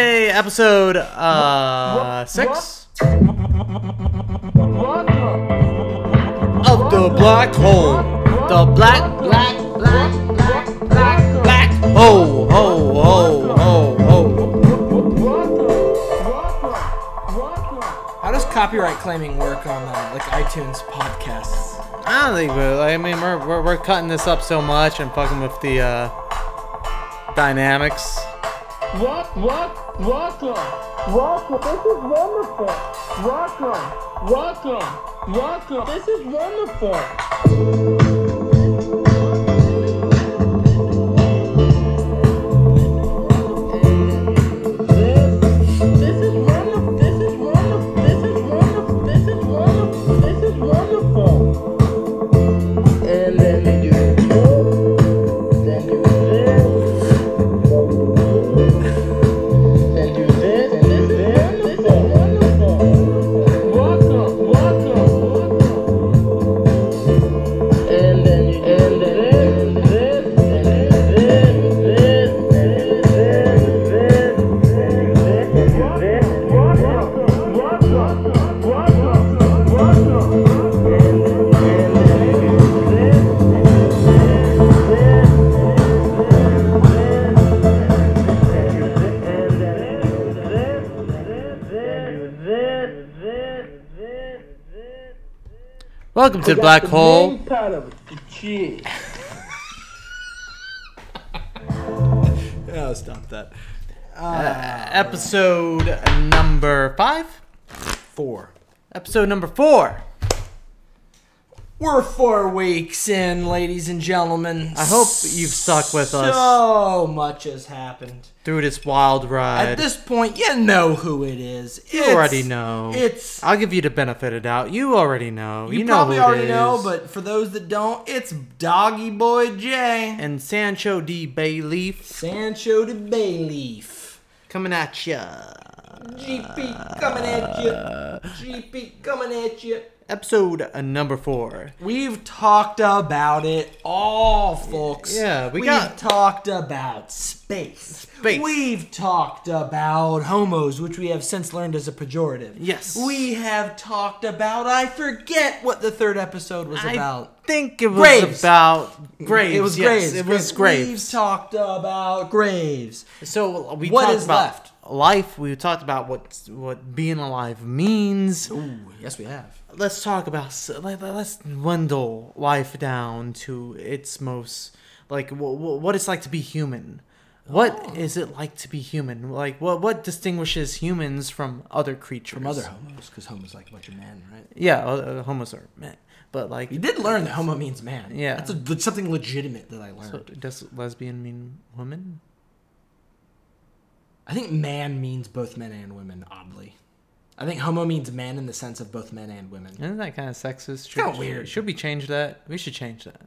episode uh, six of the black hole. The black, black, black, black, black, black hole. Ho, ho, ho, ho. How does copyright claiming work on uh, like iTunes podcasts? I don't think we're, I mean, we're, we're, we're cutting this up so much and fucking with the uh, dynamics. Welcome, welcome, welcome. This is wonderful. Welcome, welcome, welcome. This is wonderful. This is wonderful. This is wonderful. This is wonderful. This is wonderful. This is wonderful. And then you do this. Then you do this. And do this, and this, and this, and wonderful. Welcome, welcome. And then you, and then this, and this, and this, and this, and this. Welcome, welcome, welcome, welcome. And then this, and this. Welcome to the black hole. Oh, stop that. Episode number five. Four. Episode number four. We're four weeks in, ladies and gentlemen. I hope you've stuck with us. So much has happened. Through this wild ride. At this point, you know who it is. you already know. It's I'll give you the benefit of doubt. You already know. You, you, know probably who it already know, is. but for those that don't, it's Doggy Boy Jay and Sancho D. Bayleaf Sancho de Bayleaf. coming at ya. GP coming at you. Uh, GP coming at you. Episode uh, number four. We've talked about it all, folks. Yeah, we have got- talked about space. Space. We've talked about homos, which we have since learned is a pejorative. Yes. We have talked about. I forget what the third episode was about. I think it was Graves. about graves. It was yes, graves. It was graves. We've talked about graves. So we What talked is about left? life. We talked about what what being alive means. Ooh, yes, we have. let's talk about s- let, let- let's dwindle life down to its most like wh- wh- what it's like to be human What Oh. is it like to be human like what what distinguishes humans from other creatures From other homos, because homo's like a bunch of men, right? yeah uh, uh, homos are men but like You did learn that homo means man. Yeah. That's, a, that's something legitimate that I learned. so does lesbian mean woman I think man means both men and women, oddly. I think homo means man in the sense of both men and women. isn't that kind of sexist should, kinda should- weird. should we change that we should change that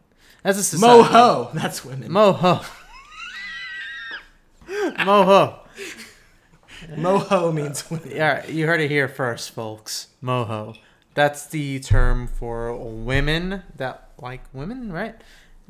as a society Moho! That's women. moho moho Moho means women. Uh, Yeah, you heard it here first, folks. Moho. That's the term for women that like women, right?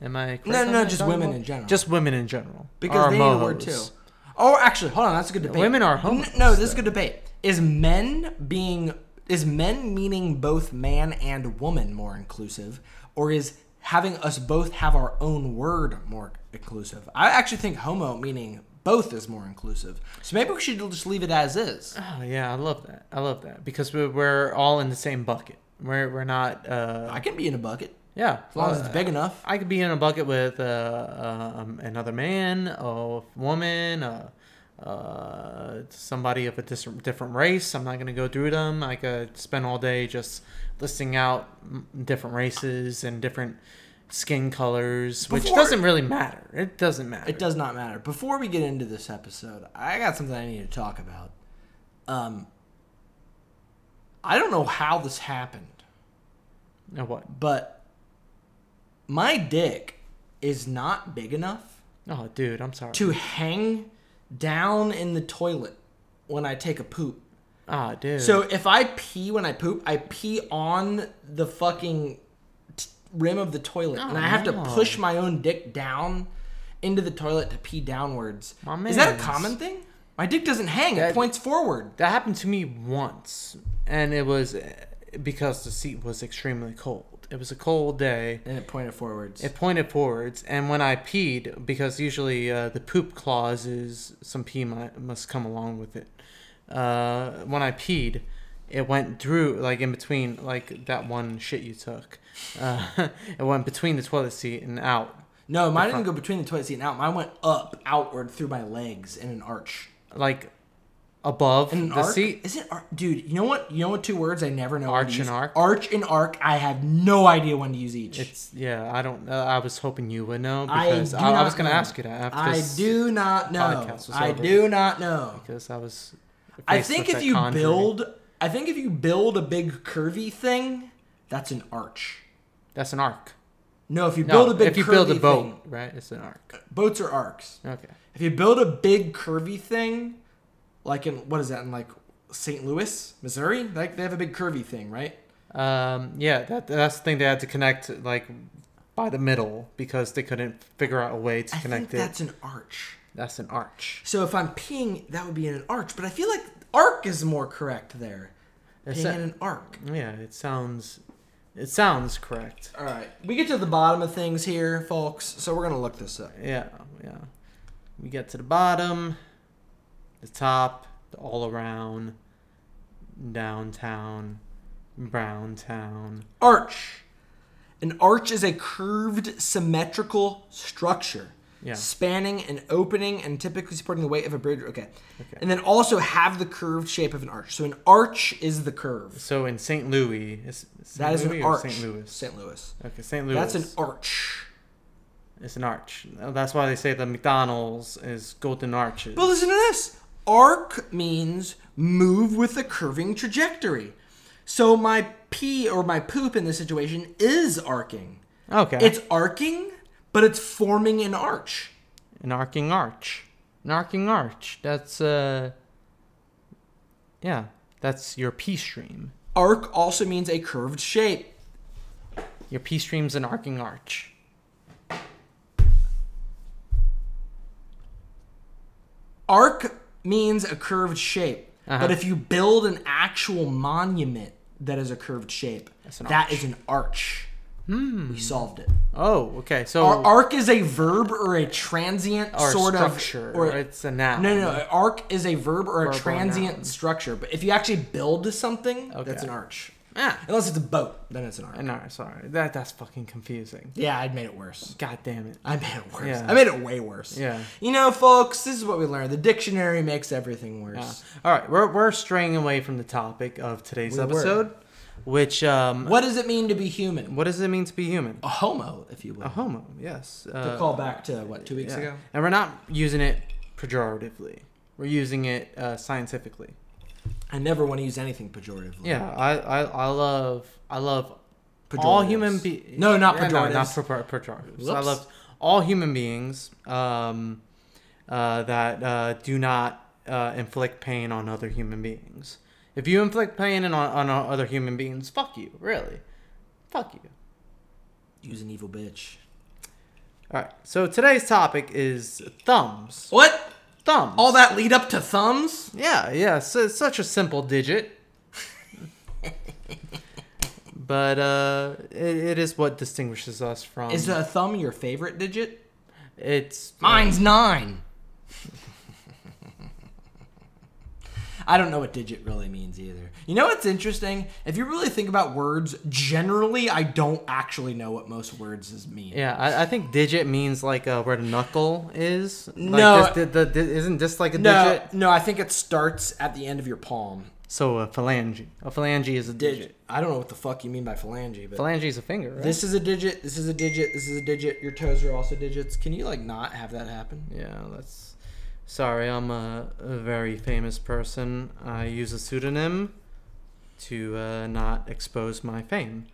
Am I correct? No, on no, that, just Dr. women Mo? in general. Just women in general. Because are they need a word too. mohos. Oh, actually, hold on. That's a good debate. women are N- homos, No, this is a good debate. Is men being. Is men meaning both man and woman more inclusive? Or is having us both have our own word more inclusive? I actually think homo meaning both is more inclusive. So maybe we should just leave it as is. Oh, yeah, I love that. I love that because we're, we're all in the same bucket. We're, we're not. Uh, I can be in a bucket. yeah, As long as it's uh, big enough. I could be in a bucket with uh, um, another man, a woman, uh, uh, somebody of a dis- different race. I'm not going to go through them. I could spend all day just listing out mm, different races and different skin colors, which Before- doesn't really matter. It doesn't matter. It does not matter. Before we get into this episode, I got something I need to talk about. Um, I don't know how this happened, No, Oh, what? but my dick is not big enough Oh, dude, I'm sorry. to hang down in the toilet when I take a poop. Ah, dude. So if I pee when I poop, I pee on the fucking t- rim of the toilet, and I have Oh, no. to push my own dick down into the toilet to pee downwards. My Is that a mans. common thing? My dick doesn't hang, it That- points forward. That happened to me once, and it was eh, because the seat was extremely cold. It was a cold day. And it pointed forwards. It pointed forwards, and when I peed, because usually uh, the poop clause is some pee mu must come along with it. Uh, when I peed, it went through like in between, like that one shit you took. Uh, it went between the toilet seat and out, no, mine didn't go between the toilet seat and out. Mine went up, outward through my legs in an arch. like above In an the arc? seat. Is it arc? Dude, you know what? You know what two words I never know. Arch when to and use? arc? Arch and arc. I have no idea when to use each. It's yeah. I don't. Uh, I was hoping you would know I because do I, I not was going to know. ask you that. After I this, do not know. podcast was I over. do not know. because I was. I faced think with if that you conjuring. build, I think if you build a big curvy thing, that's an arch. that's an arc. No, if you No, build a big if you curvy build a boat, thing, Uh, right? It's an arc. boats are arcs. Okay. If you build a big curvy thing, like in what is that in like St. Louis, Missouri? Like they have a big curvy thing, right? Um, yeah, that, that's the thing they had to connect like by the middle because they couldn't figure out a way to I connect think that's it. an arch. That's an arch. So if I'm peeing, that would be in an arch. But I feel like arc is more correct there. It's peeing a- in an arc. Yeah, it sounds. It sounds correct. All right, we get to the bottom of things here, folks. So we're gonna look this up. Yeah, yeah. We get to the bottom, the top, the all around, downtown, brown town. Arch. An arch is a curved, symmetrical structure Yeah. spanning an opening and typically supporting the weight of a bridge. Okay. And then also have the curved shape of an arch. So an arch is the curve. So in St. Louis, is St. That is Louis an or arch. St. Louis. St. Louis. okay, St. Louis. That's an arch. It's an arch. That's why they say the McDonald's is golden arches. But listen to this. Arc means move with a curving trajectory. So my pee or my poop in this situation is arcing. okay. It's arcing, but it's forming an arch. an arcing arch. An arcing arch. That's uh Yeah, that's your P stream. Arc also means a curved shape. Your P stream's an arcing arch. Arc means a curved shape. Uh-huh. But if you build an actual monument that is a curved shape, an Hmm. that is an arch. We solved it. Oh, okay. So Ar- arc is a verb or a transient or sort structure. of or it's a noun. No, no, no. Arc is a verb or a Verb or transient noun. structure. But if you actually build something, that's Okay. an arch. Ah. Unless it's a boat, then it's an arch. No, sorry. That that's fucking confusing. Yeah, I'd made it worse. God damn it. I made it worse. Yeah. I made it way worse. Yeah. You know, folks, this is what we learned. The dictionary makes everything worse. Yeah. All right, we're we're straying away from the topic of today's We were. episode, which um What does it mean to be human? what does it mean to be human? A homo, if you will. A homo, yes. Uh, To call back to what two weeks yeah. ago. And we're not using it pejoratively. We're using it uh, scientifically. I never want to use anything pejoratively. Yeah, I, I, I love I love all Pejoratives. human beings. No, not not pejoratives. pejor- pejoratives. I Whoops. love all human beings um, uh, that uh, do not uh, inflict pain on other human beings. If you inflict pain on, on other human beings, fuck you, really, fuck you. Use an evil bitch. All right. So today's topic is thumbs. What? Thumbs. All that lead up to thumbs? Yeah, yeah, so it's such a simple digit. but uh, it, it is what distinguishes us from. Is a thumb your favorite digit? it's Mine's nine. I don't know what digit really means either. You know what's interesting? If you really think about words, generally, I don't actually know what most words is mean. Yeah, I, I think digit means like uh, where the knuckle is. Like No. this, the, the, the- isn't this like a No, digit? no, I think it starts at the end of your palm. So a phalange. A phalange is a digit. Digit. I don't know what the fuck you mean by phalange, but Phalange is a finger, right? this is a digit. This is a digit. This is a digit. Your toes are also digits. Can you like not have that happen? Yeah, that's. Sorry, I'm a, a very famous person. I use a pseudonym to uh, not expose my fame.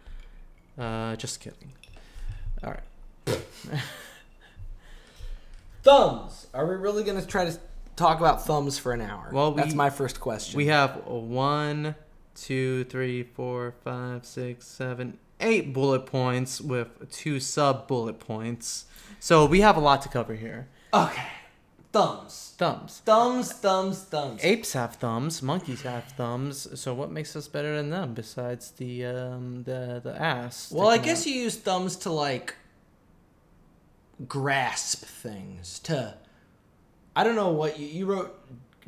Uh, just kidding. All right. Thumbs. Are we really gonna try to talk about thumbs for an hour? Well, we- that's my first question. We have one, two, three, four, five, six, seven, eight bullet points with two sub bullet points. So we have a lot to cover here. Okay. thumbs. Thumbs. Thumbs, thumbs, thumbs. Apes have thumbs. Monkeys have thumbs. So what makes us better than them besides the um the the ass? Well, I sticking guess you use thumbs to like grasp things. To I don't know what you, you wrote.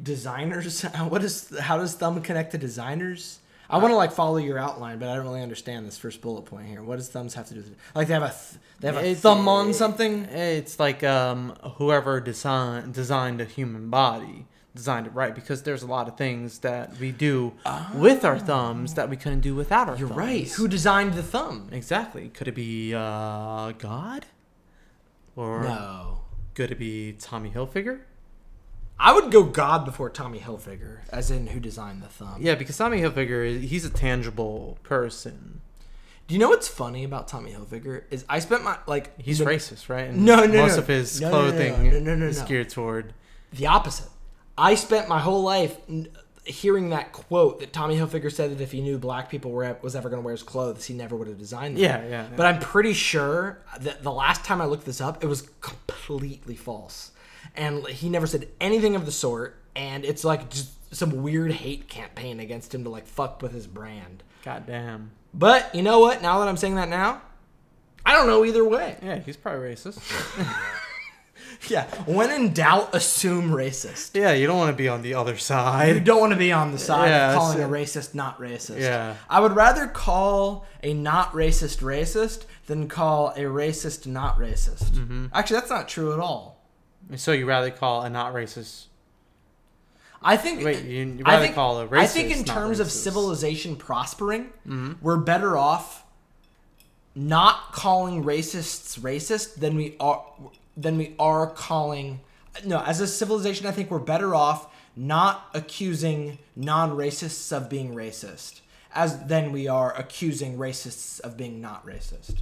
Designers. What is how does thumb connect to designers? I want to like follow your outline, but I don't really understand this first bullet point here. What does thumbs have to do with it? Like they have a th- they have a It's- thumb on something. It's like um, whoever design, designed a human body designed it right because there's a lot of things that we do with our thumbs that we couldn't do without our You're thumbs. right. Who designed the thumb? Exactly. Could it be uh, God? Or No. could it be Tommy Hilfiger? I would go God before Tommy Hilfiger, as in who designed the thumb. Yeah, because Tommy Hilfiger, is- he's a tangible person. Do you know what's funny about Tommy Hilfiger is I spent my like He's the, racist, right? And No, no, Most no. of his No, no, no, clothing no, no, no, is no. geared toward. the opposite. I spent my whole life n- hearing that quote that Tommy Hilfiger said that if he knew black people were was ever going to wear his clothes, he never would have designed them. Yeah, yeah, yeah. But I'm pretty sure that the last time I looked this up, it was completely false, and he never said anything of the sort. And it's like just some weird hate campaign against him to like fuck with his brand. Goddamn. But you know what? Now that I'm saying that now, I don't know either way. Yeah, he's probably racist. Yeah. When in doubt, assume racist. yeah, you don't want to be on the other side. You don't want to be on the side Yeah, of calling a it's- racist not racist. Yeah. I would rather call a not racist racist than call a racist not racist. Mm-hmm. Actually, that's not true at all. So you rather call a not racist? I think. Wait, you- you'd I rather think, call a I think racist in not terms of racist. Mm-hmm. civilization prospering, we're better off not calling racists racist than we are than we are calling no as a civilization i think we're better off not accusing non-racists of being racist as than we are accusing racists of being not racist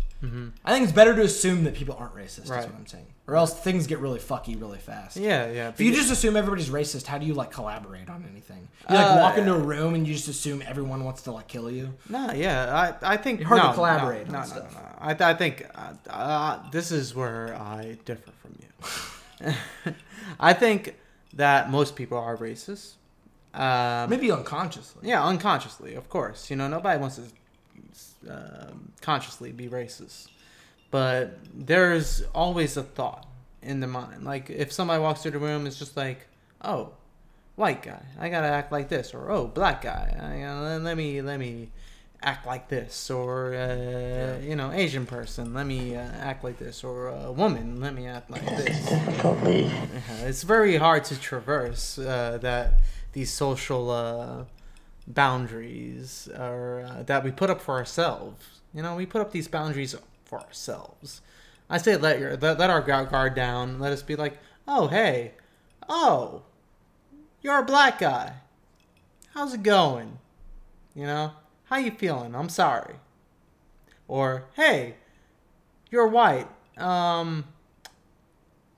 i think it's better to assume that people aren't racist is Mm-hmm. Right. what i'm saying or else things get really fucky really fast Yeah, yeah. if you just assume everybody's racist, how do you like collaborate on anything? You like Uh, walk into a room and you just assume everyone wants to like kill you. nah, yeah. I I think Hard to no, no, collaborate No, on no, no, stuff. no. I I think uh, uh, this is where I differ from you. I think that most people are racist. Um, Maybe unconsciously. yeah, unconsciously, of course. You know, nobody wants to um consciously be racist, but there's always a thought in the mind. Like if somebody walks through the room, it's just like, oh, white guy, I gotta act like this, or oh, black guy, I, uh, let me let me act like this, or uh, you know, Asian person, let me uh, act like this, or a woman, let me act like this. Yeah, Uh, it's very hard to traverse uh, that these social uh, boundaries are, uh, that we put up for ourselves. You know, we put up these boundaries for ourselves. I say let your let, let our gu- guard down. Let us be like, oh hey, oh, you're a black guy. How's it going? You know, how you feeling? I'm sorry. Or hey, you're white. Um,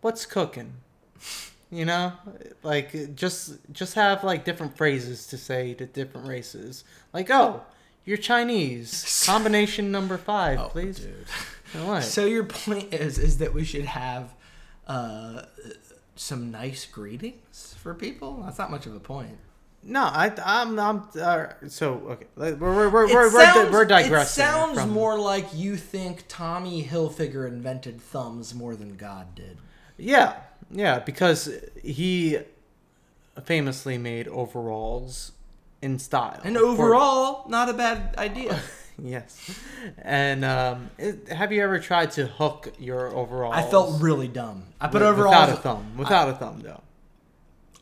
what's cooking? You know, like just just have like different phrases to say to different races. Like, oh, you're Chinese. Combination number five, please. And What? So your point is is that we should have uh, some nice greetings for people. That's not much of a point. no, I, I'm, I'm. Uh, so okay, like, we're we're we're, It we're, sounds- we're digressing. It sounds from- more like you think Tommy Hilfiger invented thumbs more than God did. Yeah, yeah, because he famously made overalls in style. And For- overall, not a bad idea. Yes. And um, it, have you ever tried to hook your overalls? I felt really dumb. I put wi- overall without a thumb. Without a thumb, though,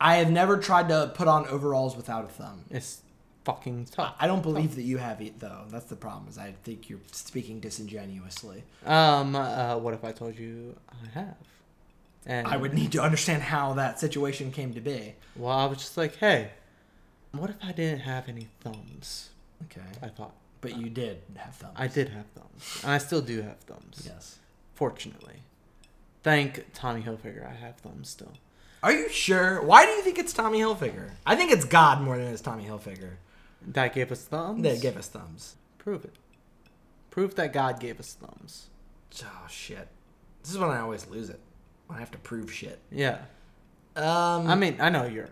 I have never tried to put on overalls without a thumb. it's fucking tough. I don't Oh. believe that you have it though. That's the problem. Is I think you're speaking disingenuously. Um, uh, what if I told you I have? And I would need to understand how that situation came to be. Well, I was just like, hey, what if I didn't have any thumbs? I Okay. thought But you did have thumbs. I did have thumbs, and I still do have thumbs. Yes. Fortunately, thank Tommy Hilfiger, I have thumbs still. Are you sure? Why do you think it's Tommy Hilfiger? I think it's God more than it's Tommy Hilfiger. That gave us thumbs. They give us thumbs. prove it. Prove that God gave us thumbs. Oh shit. This is when I always lose it. When I have to prove shit. Yeah. Um, I mean, I know you're.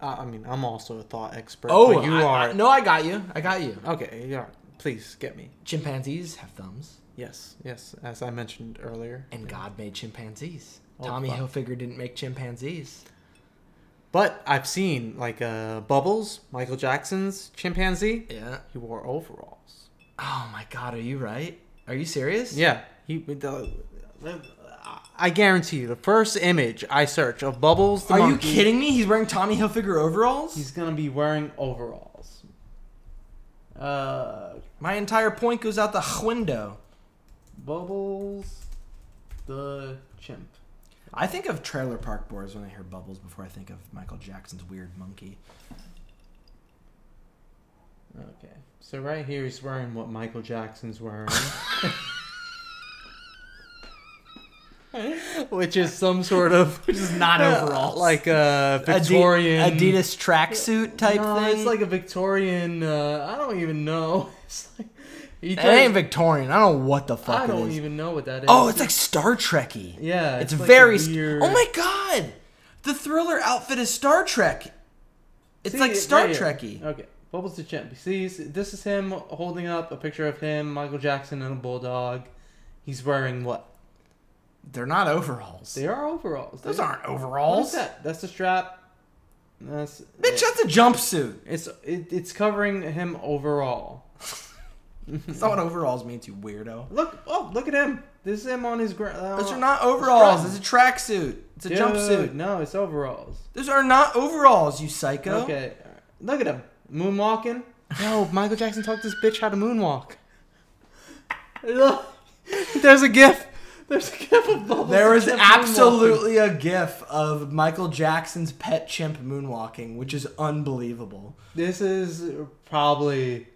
I I mean, I'm also a thought expert. oh, but you I- are. I- no, I got you. I got you. Okay, you are. Please get me. Chimpanzees have thumbs, Yes, yes. As I mentioned earlier, and God made chimpanzees. Oh, Tommy fuck. Hilfiger didn't make chimpanzees. but I've seen like uh, Bubbles, Michael Jackson's chimpanzee. Yeah. He wore overalls. Oh my God, are you right? Are you serious? Yeah, he. The, I guarantee you, the first image I search of Bubbles the Are you monkey, kidding me? He's wearing Tommy Hilfiger overalls. He's gonna be wearing overalls. Uh, My entire point goes out the window. Bubbles, the chimp. I think of Trailer Park Boys when I hear Bubbles before I think of Michael Jackson's weird monkey. Okay, so right here he's wearing what Michael Jackson's wearing. Which is some sort of Which is not overalls. like a Adi- Victorian Adidas tracksuit type no, thing. It's like a Victorian. Uh, I don't even know. It's like he it ain't Victorian. I don't know what the fuck I it don't is. even know what that is. Oh, it's like Star Trekky. yeah. It's, like a very. st- weird- Oh my god, the Thriller outfit is Star Trek. It's See, uh, like Star right here. Trekky. Okay. Bubbles the chimp. See, s- this is him holding up a picture of him, Michael Jackson, and a bulldog. He's wearing what? They're not overalls. They are overalls. Those They- aren't What is overalls. that? That's the strap. That's Bitch, that's a jumpsuit. It's it, it's covering him overall. That's not what overalls means, you weirdo. Look! Oh, look at him. This is him on his ground. Those are not overalls. It's a tracksuit. It's a Dude, jumpsuit. No, it's overalls. Those are not overalls, you psycho. Okay. Look at him. Moonwalking. Oh. No, Michael Jackson taught this bitch how to moonwalk. Look. There's a gif. There's a gif of Bubbles. There was Moonwalking. absolutely a gif of Michael Jackson's pet chimp moonwalking, which is unbelievable. This is probably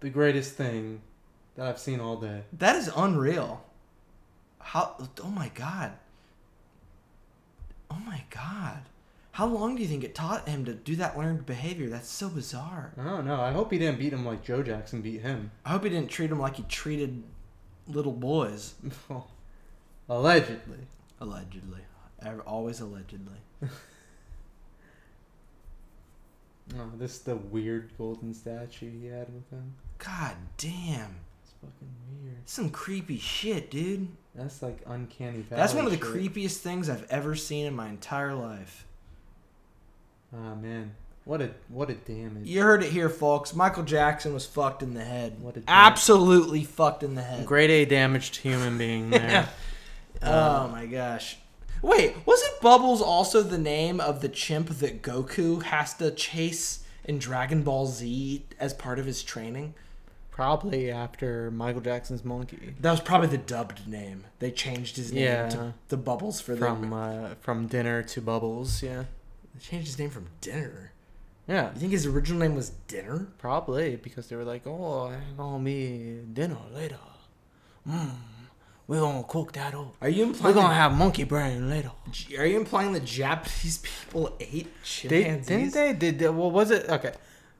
the greatest thing that I've seen all day. That is unreal. How? Oh my god. Oh my god. How long do you think it taught him to do that learned behavior? That's so bizarre. I don't know. I hope he didn't beat him like Joe Jackson beat him. I hope he didn't treat him like he treated little boys. Allegedly. Allegedly. Ev- Always allegedly. Oh, this is the weird golden statue he had with him. God damn. It's fucking weird. Some creepy shit, dude. That's like uncanny valley. That's one of the shit. creepiest things I've ever seen in my entire life. Ah man, what a what a damage. You heard it here, folks. Michael Jackson was fucked in the head. What a dick. Absolutely fucked in the head. Grade A damaged human being there. uh. Oh my gosh. Wait, wasn't Bubbles also the name of the chimp that Goku has to chase in Dragon Ball Z as part of his training? Probably after Michael Jackson's monkey That was probably the dubbed name. They changed his name Yeah. to the Bubbles for from them. uh, from dinner to bubbles. Yeah, They changed his name from Dinner. yeah, You think his original name was Dinner? probably because they were like, oh, hang on me dinner later. Mm, we're gonna cook that up. Are you We're implying? gonna have monkey brain later. that, are you implying that Japanese people ate They, chimpanzees? didn't they? Did they, well? Was it okay?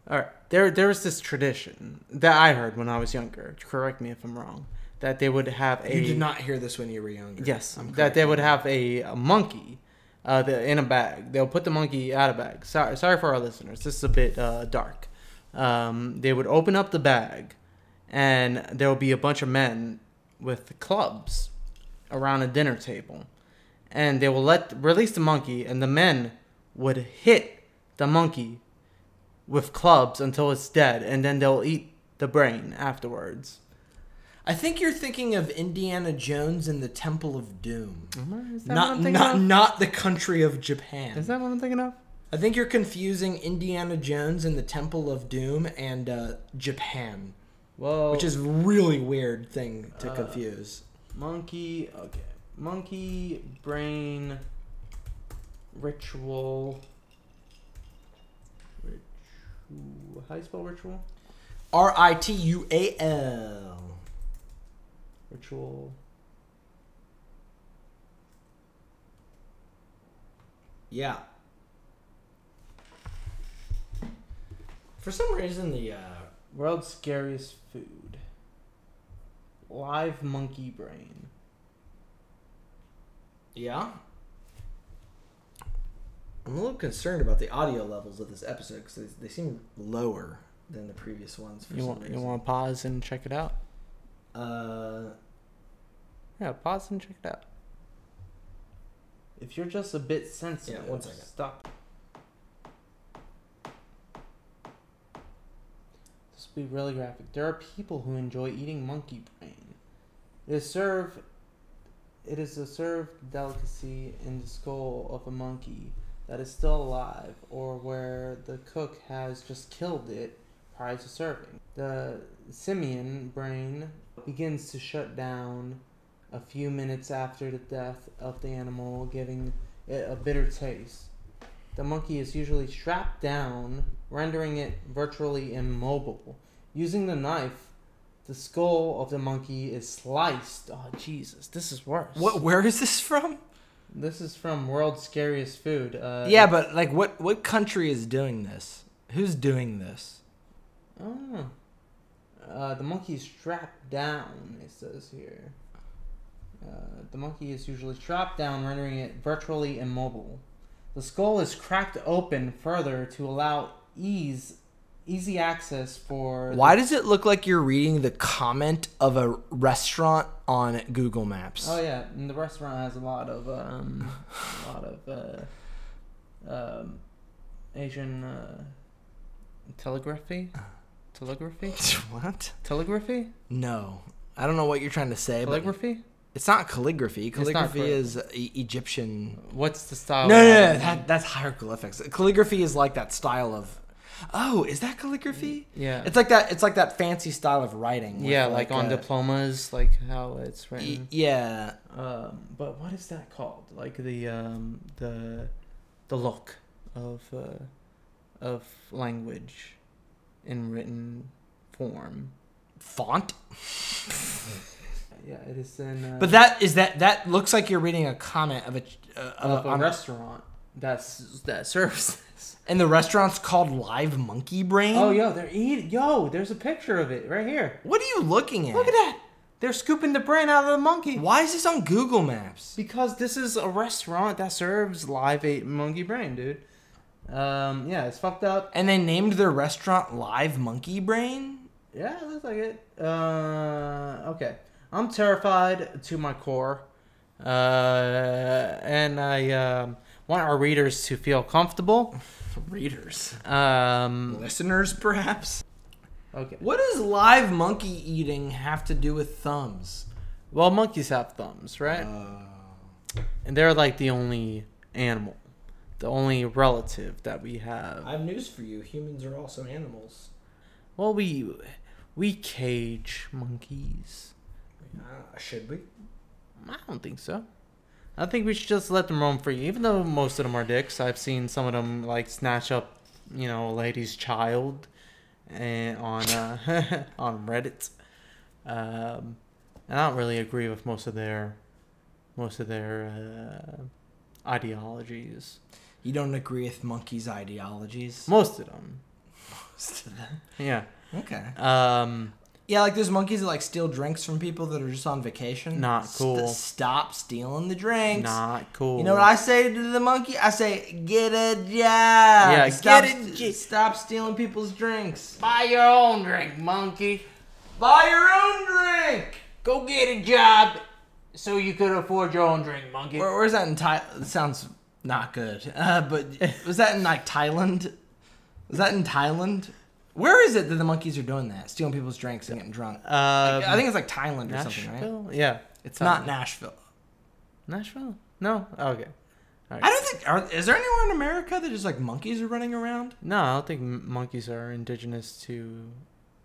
All right. There, there was this tradition that I heard when I was younger. Correct me if I'm wrong. That they would have a You did not hear this when you were younger. yes, I'm that they correcting would you. have a, a monkey, uh, the, in a bag. They'll put the monkey out of bag. Sorry, sorry for our listeners. This is a bit uh, dark. Um, they would open up the bag, and there would be a bunch of men with clubs around a dinner table, and they will let release the monkey, and the men would hit the monkey with clubs until it's dead, and then they'll eat the brain afterwards. I think you're thinking of Indiana Jones and the Temple of Doom. Is that Mm-hmm. what Not I'm thinking not of? not the country of Japan. Is that what I'm thinking of? I think you're confusing Indiana Jones and the Temple of Doom and uh, Japan, Well, which is a really weird thing to confuse. Monkey, okay. Monkey brain ritual. Ritual. How do you spell ritual? R I T U A L. Ritual. Yeah. For some reason, the uh, World's scariest food. Live monkey brain. yeah. I'm a little concerned about the audio levels of this episode because they, they seem lower than the previous ones for You some want you reason. want to pause and check it out? Uh, Yeah, pause and check it out. If you're just a bit sensitive, one second. stop. This will be really graphic. There are people who enjoy eating monkey brain. It is served. It is a served delicacy in the skull of a monkey that is still alive, or where the cook has just killed it prior to serving. The simian brain begins to shut down a few minutes after the death of the animal, giving it a bitter taste. The monkey is usually strapped down, rendering it virtually immobile. Using the knife, the skull of the monkey is sliced. Oh, Jesus, this is worse. what? Where is this from? This is from World's Scariest Food. Uh, yeah, but like, what? What country is doing this? Who's doing this? I don't know. Oh. Uh, the monkey is strapped down, it says here. Uh, the monkey is usually strapped down, rendering it virtually immobile. The skull is cracked open further to allow ease, easy access for. Why does it look like you're reading the comment of a restaurant on Google Maps? Oh yeah, and the restaurant has a lot of um, a lot of uh, um, Asian uh, Telegraphy, Uh. telegraphy, What? telegraphy, No, I don't know what you're trying to say. But telegraphy. it's not calligraphy. not Oh, Calligraphy call- is e- Egyptian. What's the style? no, no, of no, that? that, that's hieroglyphics. Calligraphy is like that style of. Oh, is that calligraphy? Yeah. It's like that. It's like that fancy style of writing. with, yeah, like, on a- diplomas, like how it's y- written. Yeah, um, but what is that called? Like the um, the the look of uh, of language in written form. font. yeah, it is in. Uh, But that is that. That looks like you're reading a comment of a ch- uh, of of, a on, restaurant that's that serves this. and the restaurant's called Live Monkey Brain. Oh yo, they're eating. Yo, there's a picture of it right here. What are you looking at? Look at that. They're scooping the brain out of the monkey. Why is this on Google Maps? Because this is a restaurant that serves live ate monkey brain, dude. Um, yeah, it's fucked up. And they named their restaurant Live Monkey Brain. Yeah, it looks like it. Uh, okay. I'm terrified to my core. Uh, and I um, want our readers to feel comfortable. Readers, Um, listeners, perhaps. Okay. What does live monkey eating have to do with thumbs? Uh, well, monkeys have thumbs, right? and they're like the only animal, the only relative that we have. have news for you. Humans are also animals. Well, we we cage monkeys. Ah, should we? I don't think so. I think we should just let them roam free, even though most of them are dicks. I've seen some of them like snatch up, you know, a lady's child, and on uh, on Reddit. Um, and I don't really agree with most of their most of their uh, ideologies. You don't agree with monkeys' ideologies? Most of them, yeah. okay. Um, Yeah, like there's monkeys that like steal drinks from people that are just on vacation. Not cool. stop stealing the drinks. not cool. You know what I say to the monkey? I say, get a job. Yeah, get stop, a j- Stop stealing people's drinks. Buy your own drink, monkey. Buy your own drink. Go get a job, so you could afford your own drink, monkey. Where, where's that in Thailand? Sounds not good. Uh, but was that in like Thailand? Was that in Thailand? Where is it that the monkeys are doing that? Stealing people's drinks and getting drunk. Um, I think it's like Thailand or something, right? Nashville? Yeah. It's not Nashville. Nashville? No. Okay. I don't think. Are, is there anywhere in America that just like monkeys are running around? No, I don't think m- monkeys are indigenous to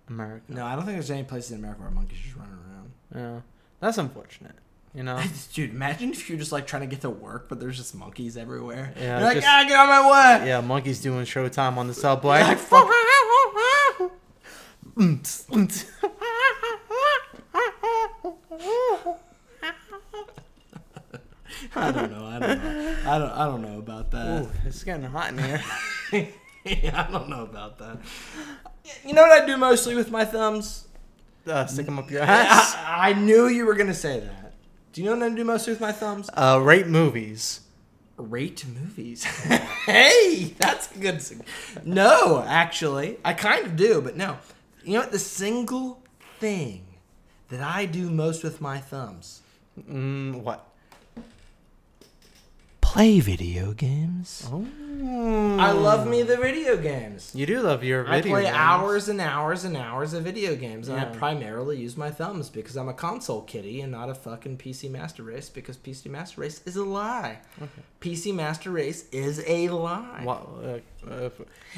America. No, I don't think there's any places in America where monkeys just running around. No. That's unfortunate. You know? Dude, imagine if you're just like trying to get to work, but there's just monkeys everywhere. Yeah, you're like, just- ah, get on my way. yeah, monkeys doing showtime on the subway. Like, fuck. I don't know. I don't know. I don't. I don't know about that. Ooh, it's getting hot in here. yeah, I don't know about that. You know what I do mostly with my thumbs? Uh, stick them up your ass. I, I knew you were gonna say that. Do you know what I do mostly with my thumbs? Uh, rate movies. rate movies. hey, that's a good. Sug- no, actually, I kind of do, but no. You know what? The single thing that I do most with my thumbs Mm, what? play video games. I love me the video games. You do love your video. Oh. I play games. hours and hours and hours of video games, and I Yeah. primarily use my thumbs because I'm a console kitty and not a fucking PC Master Race because PC Master Race is a lie. PC Master Race is a lie. What, uh, uh,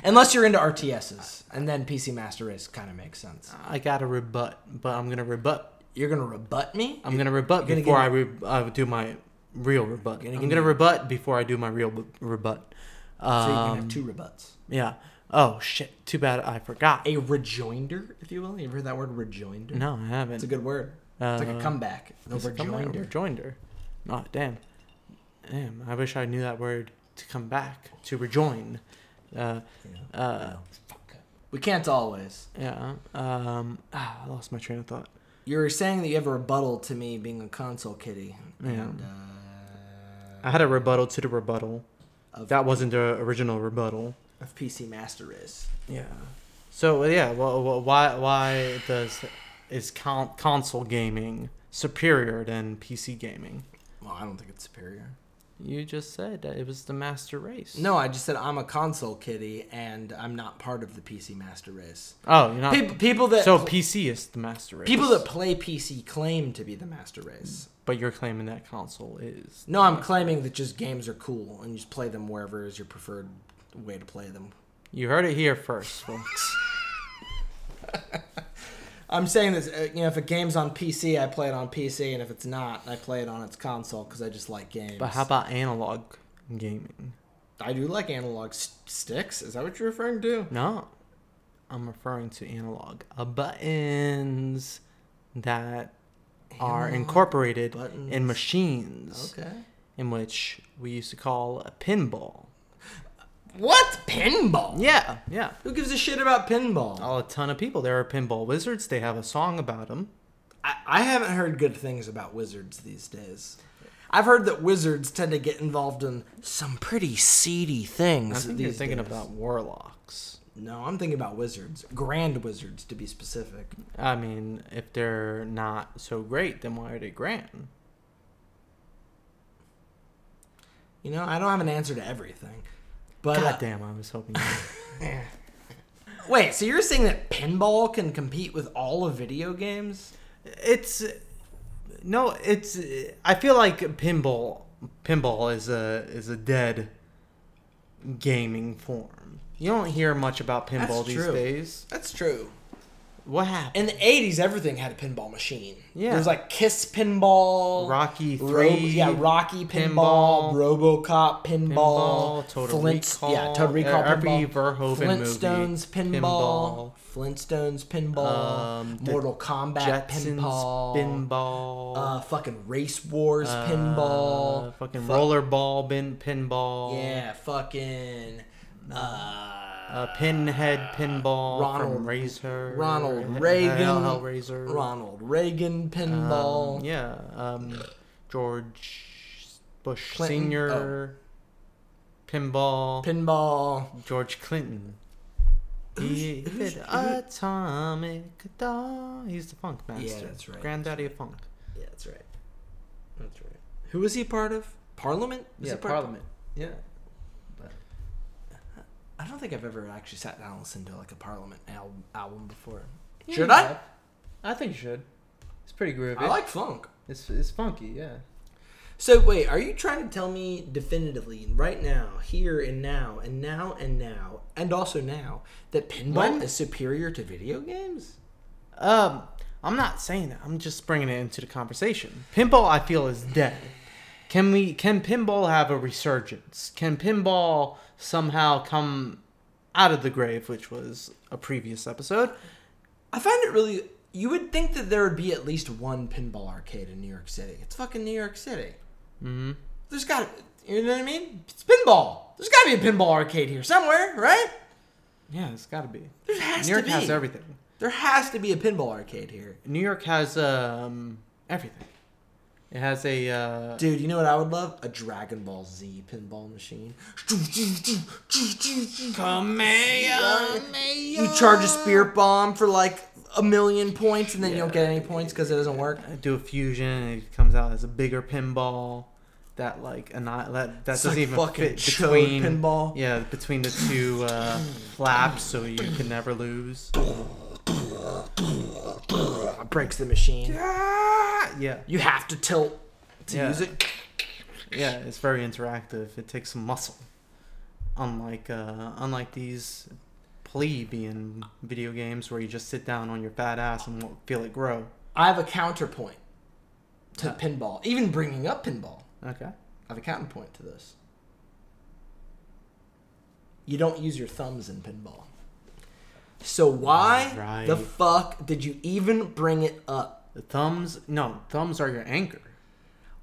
Unless you're into RTSs, and then PC Master Race kind of makes sense. I gotta rebut, but I'm gonna rebut. You're gonna rebut me? I'm gonna rebut gonna before give- I, re- I do my real rebut. Gonna I'm give gonna me- rebut before I do my real bu- rebut. So you can Um, have two rebuts. yeah. Oh shit! Too bad I forgot. A rejoinder, if you will. You ever heard that word rejoinder? No, I haven't. It's a good word. it's like a Uh, comeback. A It's a comeback, rejoinder. Rejoinder. Oh, damn. Damn. I wish I knew that word to come back to rejoin. Uh, Yeah. uh, Fuck. We can't always. yeah. Um, ah, I lost my train of thought. You were saying that you have a rebuttal to me being a console kitty. Yeah. And, uh, I had a rebuttal to the rebuttal. Of- That wasn't the original rebuttal. of PC Master Race. Yeah. So yeah, well, well, why why does is con- console gaming superior than PC gaming? Well, I don't think it's superior. You just said that it was the master race. No, I just said I'm a console kitty and I'm not part of the PC Master Race. Oh, you're not. People, people that so PC is the master race. people that play PC claim to be the master race. But you're claiming that console is. No, I'm claiming that just games are cool and you just play them wherever is your preferred way to play them. You heard it here first, folks. I'm saying this, uh, you know, if a game's on PC, I play it on PC, and if it's not, I play it on its console because I just like games. but how about analog gaming? I do like analog s- sticks. Is that what you're referring to? No, I'm referring to analog uh, buttons that are Analog incorporated in buttons. machines, Okay. in which we used to call a pinball. What pinball? Yeah, yeah. Who gives a shit about pinball? Oh, a ton of people. There are pinball wizards. They have a song about them. I, I haven't heard good things about wizards these days. I've heard that wizards tend to get involved in some pretty seedy I things. think you're these thinking days. about warlocks. No, I'm thinking about wizards, grand wizards to be specific. I mean, if they're not so great, then why are they grand? You know, I don't have an answer to everything. But God uh, damn, I was hoping. you- wait, so you're saying that pinball can compete with all of video games? it's no, it's. I feel like pinball, pinball is a is a dead gaming form. You don't hear much about pinball That's these true. days. That's true. What happened? In the 80s, everything had a pinball machine. Yeah. There was like Kiss pinball, Rocky Ro- three, yeah, Rocky pinball, RoboCop pinball, Pinball, Total Flintst- Recall, yeah, Total Recall every pinball, Verhoeven movie, Flintstones pinball, Flintstones pinball, Um, the Mortal Kombat Jetsons pinball, pinball, uh, fucking Race Wars uh, pinball, fucking fuck- rollerball, bin pinball, yeah, fucking uh, uh, pinhead pinball Ronald- from Razor, Ronald Hell- Reagan, Hellraiser, Ronald Reagan Um, pinball. yeah, um, George Bush Clinton? Oh. Senior, pinball, Pinball. George Clinton. He who's- did atomic doll. He's the funk master. that's right, Granddaddy of funk. Yeah, that's right. That's right. Who was he part of? Parliament? Was he part- Yeah. I don't think I've ever actually sat down and listened to like a Parliament al- album before. Yeah, Should you I? have. I think you should. It's pretty groovy. I like funk. it's it's funky, yeah. So wait, are you trying to tell me definitively right now, here and now, and now and now, and also now that pinball When- is superior to video games? Um, I'm not saying that. I'm just bringing it into the conversation. Pinball, I feel, is dead. Can we? Can pinball have a resurgence? Can pinball somehow come out of the grave, which was a previous episode? I find it really. You would think that there would be at least one pinball arcade in New York City. It's fucking New York City. Mm-hmm. There's got to. You know what I mean? It's pinball. There's got to be a pinball arcade here somewhere, right? Yeah, it's got to be. There has New York to be. has everything. There has to be a pinball arcade here. New York has um everything. It has a uh, Dude, you know what I would love? A Dragon Ball Z pinball machine. You charge a spirit bomb for like a million points, and then you don't get any points because it doesn't work. do a fusion and it comes out as a bigger pinball that like not that that It's doesn't like even fucking fit chode between pinball. yeah between the two uh, flaps so you can never lose It breaks the machine. yeah You have to tilt to Yeah. use it. yeah it's very interactive it takes some muscle unlike uh, unlike these plebeian video games where you just sit down on your fat ass and feel it grow I have a counterpoint to pinball. Even bringing up pinball, okay I have a counterpoint to this. You don't use your thumbs in pinball. So why Right. the fuck did you even bring it up? the thumbs no thumbs are your anchor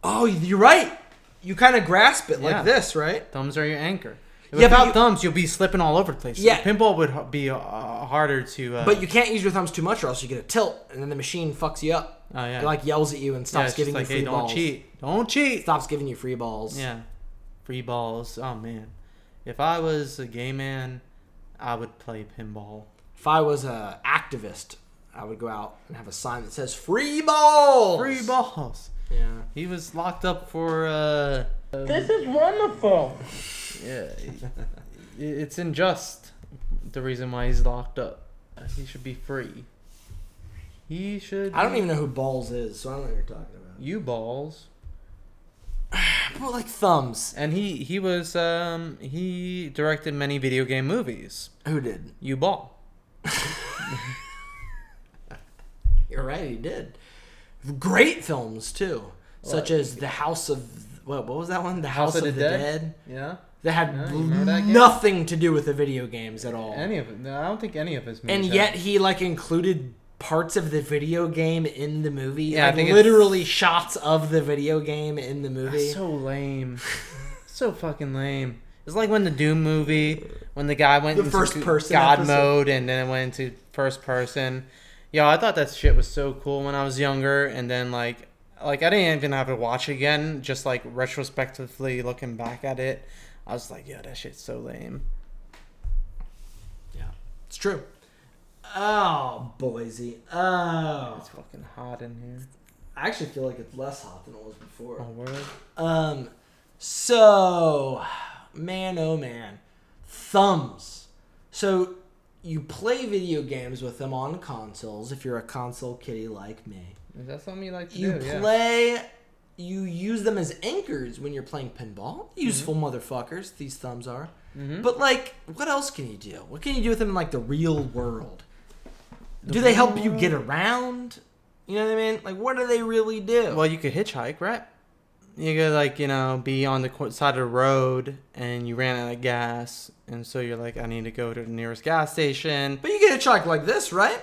Oh, you're right. You kind of grasp it Yeah. like this, right? Thumbs are your anchor. Yeah, but Without you- thumbs, you'll be slipping all over the place. Yeah. Pinball would h- be uh, harder to. Uh, But you can't use your thumbs too much, or else you get a tilt, and then the machine fucks you up. Oh, yeah. It like yells at you and yeah, stops it's just giving like, you free hey, balls. don't cheat. Don't cheat. Stops giving you free balls. Yeah. Free balls. Oh, man. If I was a gay man, I would play pinball. If I was a activist, I would go out and have a sign that says "Free balls." Free balls. Yeah. He was locked up for. Uh, This is wonderful. yeah. it's unjust. The reason why he's locked up. He should be free. He should. I don't be- even know who balls is, so I don't know what you're talking about. You balls. Well, like thumbs. And he he was um he directed many video game movies. Who did? You ball. You're right. He did. Great films too, such as The House of what? What was that one? The House, of, the Dead. Yeah. That had Yeah, you remember that game? nothing to do with the video games at all. Any of it? No, I don't think any of his movies. and have- yet he like included parts of the video game in the movie. Yeah, I like, think it's- literally shots of the video game in the movie. so lame. so fucking lame. It's like when the Doom movie, when the guy went The into first g- person God episode. mode and then it went into first person. Yo, I thought that shit was so cool when I was younger, and then like, like I didn't even have to watch it again. Just like retrospectively looking back at it, I was like, yo, that shit's so lame. Yeah, it's true. Oh, Boise. Oh, It's fucking hot in here. I actually feel like it's less hot than it was before. Oh, word. Um, so, man, oh man, thumbs. So, you play video games with them on consoles if you're a console kitty like me. Is that something you like to You do? Yeah. play. You use them as anchors when you're playing pinball. Useful Mm-hmm. motherfuckers, these thumbs are. But like, what else can you do? What can you do with them in like the real world? do they help you get around? You know what I mean? Like, what do they really do? Well, you could hitchhike, right? You could like you know be on the qu- side of the road and you ran out of gas, and so you're like, I need to go to the nearest gas station. but you get a chalk like this, right?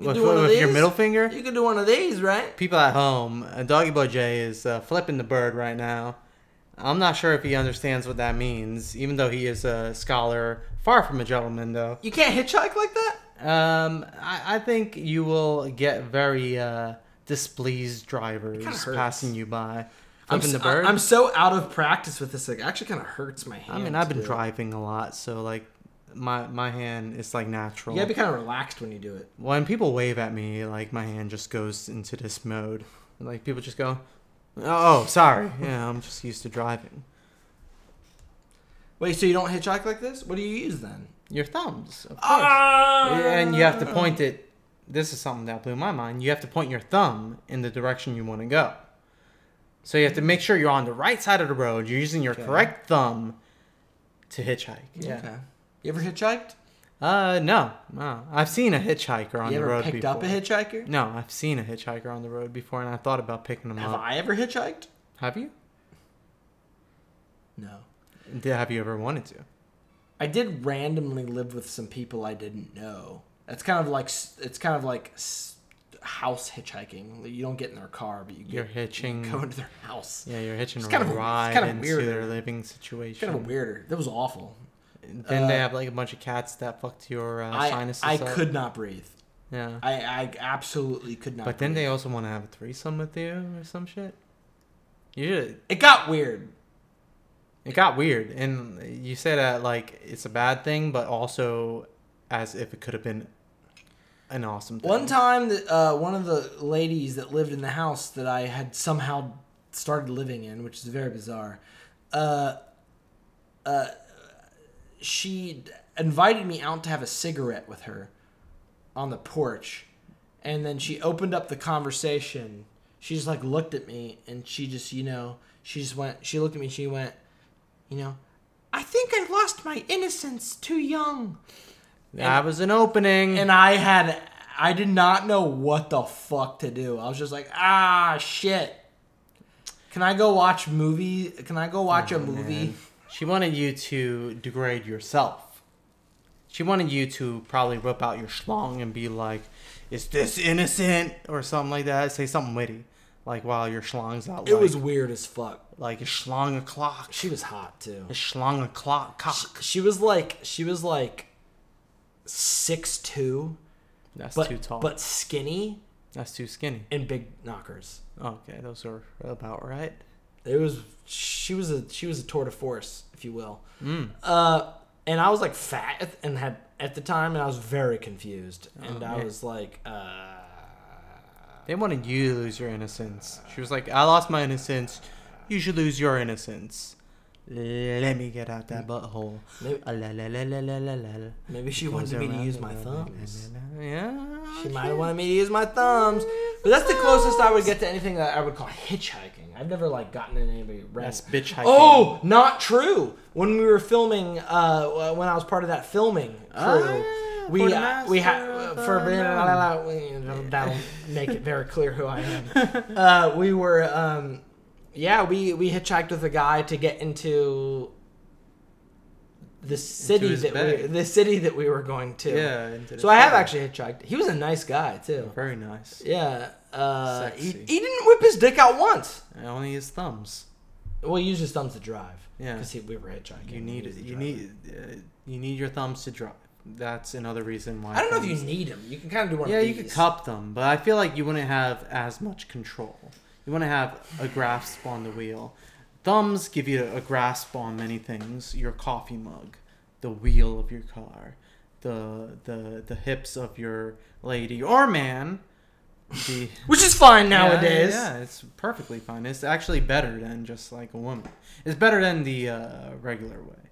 You With, do one of with your these? middle finger. You could do one of these, right? People at home, uh, Doggy Boy Jay is uh, flipping the bird right now. I'm not sure if he understands what that means, even though he is a scholar, far from a gentleman though. You can't hitchhike like that. Um, I, I think you will get very uh, displeased drivers kinda hurts. passing you by. I'm Flipping so, the bird. I'm so out of practice with this. Like, it actually kind of hurts my I hand. mean, I've been too. driving a lot, so like my my hand is like natural. You gotta be kind of relaxed when you do it. when people wave at me, like my hand just goes into this mode. Like people just go, "Oh, sorry." Yeah, I'm just used to driving. Wait, so you don't hitchhike like this? What do you use then? Your thumbs, of course. Ah! Uh, and you have to point it. This is something that blew my mind. You have to point your thumb in the direction you want to go. So you have to make sure you're on the right side of the road. You're using your correct thumb to hitchhike. Yeah. Okay. You ever hitchhiked? Uh, no, no. I've seen a hitchhiker on You the ever road picked before. up a hitchhiker? No, I've seen a hitchhiker on the road before, and I thought about picking them Have up. I ever hitchhiked? Have you? No. Did, have you ever wanted to? I did randomly live with some people I didn't know. That's kind of like s- it's kind of like s- house hitchhiking. You don't get in their car, but you get, You're hitching. go into their house. Yeah, you're hitching It's a kind of a- it's ride kind of into weird. their living It's situation. kind of weirder. That was awful. then they uh, have like a bunch of cats that fucked your uh, I, sinuses I up. could not breathe. Yeah. I, I absolutely could not. But then breathe. they also want to have a threesome with you or some shit. You should, It got weird. it got weird, and you said that like it's a bad thing, but also as if it could have been an awesome thing. One time, that, uh, one of the ladies that lived in the house that I had somehow started living in, which is very bizarre, uh, uh, she invited me out to have a cigarette with her on the porch. And then she opened up the conversation. She just like looked at me and she just, you know, she just went, she looked at me and she went, you know, I think I lost my innocence too young that was an opening. and I had I did not know what the fuck to do. I was just like, ah, shit. Can I go watch movie? Can I go watch Oh, a movie? And she wanted you to degrade yourself. She wanted you to probably rip out your schlong and be like, "Is this innocent?" or something like that. Say something witty, like while your schlong's out. It like, was weird as fuck. like a schlong o'clock. She was hot too. A schlong o'clock cock. She was like she was like six two, That's but too tall. but skinny That's too skinny. and big knockers. Okay, those are about right. It was she was a she was a tour de force, if you will. Uh, and I was like fat at- and had at the time, and I was very confused, and I man. was like, uh, They wanted you to lose your innocence. She was like, "I lost my innocence. You should lose your innocence." Let me get out that butthole. maybe, Ah, la, la, la, la, la, la, la. maybe she wanted me to use my thumbs. Yeah. She might have wanted me to use my thumbs, but that's the closest I would get to anything that I would call hitchhiking. I've never like gotten in anybody. That's bitch hiking. Oh, not true. When we were filming, uh, when I was part of that filming crew, Ah, we for the uh, we had master for of la, la, la, we- that'll make it very clear who I am. Uh, we were, um, yeah, we we hitchhiked with a guy to get into the city his that we bed. the city that we were going to. Yeah. into the So I have shower. actually hitchhiked. He was a nice guy too. Very nice. Yeah. Uh, he, Sexy. he didn't whip his dick out once. I only use thumbs. Well, he used his thumbs to drive. Yeah. Because we were hitchhiking. You need He was the you driver. need uh, you need your thumbs to drive. That's another reason why. I don't know if you thumbs- need him. You can kind of do one. Yeah, of you could these. cup them, but I feel like you wouldn't have as much control. You want to have a grasp on the wheel. Thumbs give you a grasp on many things: your coffee mug, the wheel of your car, the the the hips of your lady or man. The Which is fine Yeah, nowadays. yeah, it's perfectly fine. It's actually better than just like a woman. It's better than the uh, regular way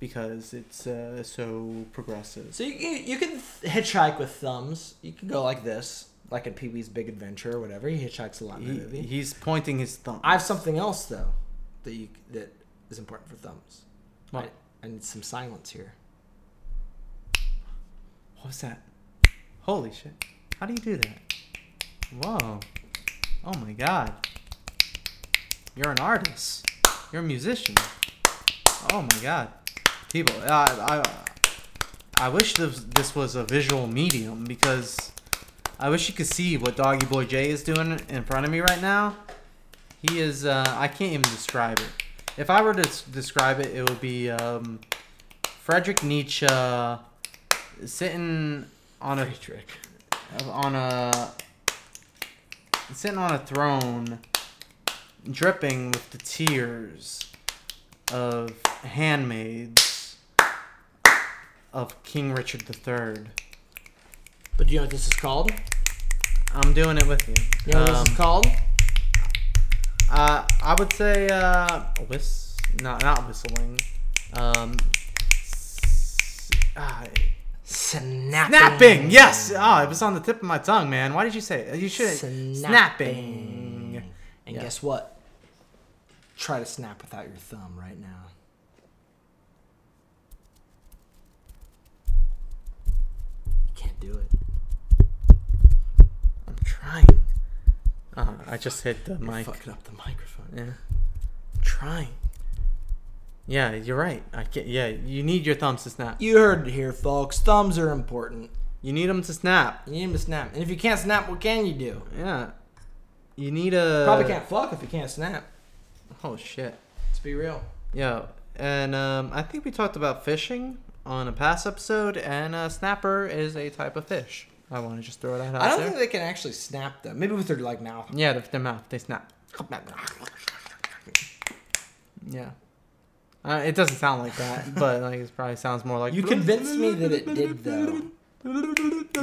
because it's uh, so progressive. So you you, you can th- hitchhike with thumbs. You can go like this, like in Pee Wee's Big Adventure or whatever. He hitchhikes a lot in the He, movie. he's pointing his thumb. I have something else though that you that is important for thumbs. What? I, I need some silence here. What was that? Holy shit. How do you do that? Whoa. Oh my god. You're an artist. You're a musician. Oh my god. People, I, I, I wish this, this was a visual medium because I wish you could see what Doggy Boy Jay is doing in front of me right now. He is, uh, I can't even describe it. If I were to s- describe it, it would be um, Frederick Nietzsche sitting on a trick. on a sitting on a throne dripping with the tears of handmaids of King Richard III. But do you know what this is called? I'm doing it with you. You know what this is Um, called? uh, I would say uh, whist, not not whistling. Um, s- ah, Snapping. snapping. Yes. Ah, it was on the tip of my tongue, man. Why did you say it? You should Snapping. snapping. And Yeah. guess what? Try to snap without your thumb right now. You can't do it. I'm trying. Uh, I just hit the You're mic. fucking up the microphone. Yeah. Trying. Yeah, you're right. I get. Yeah, you need your thumbs to snap. You heard it here, folks. Thumbs are important. You need them to snap. You need 'em to snap. And if you can't snap, what can you do? Yeah. You need a. Probably can't fuck if you can't snap. Oh shit. Let's be real. Yeah, and um, I think we talked about fishing on a past episode, and uh, snapper is a type of fish. I want to just throw that out I don't there. think they can actually snap though. Maybe with their like mouth. yeah, their, their mouth they snap. Yeah. Uh, it doesn't sound like that, but like it probably sounds more like You convinced me that it did, though. You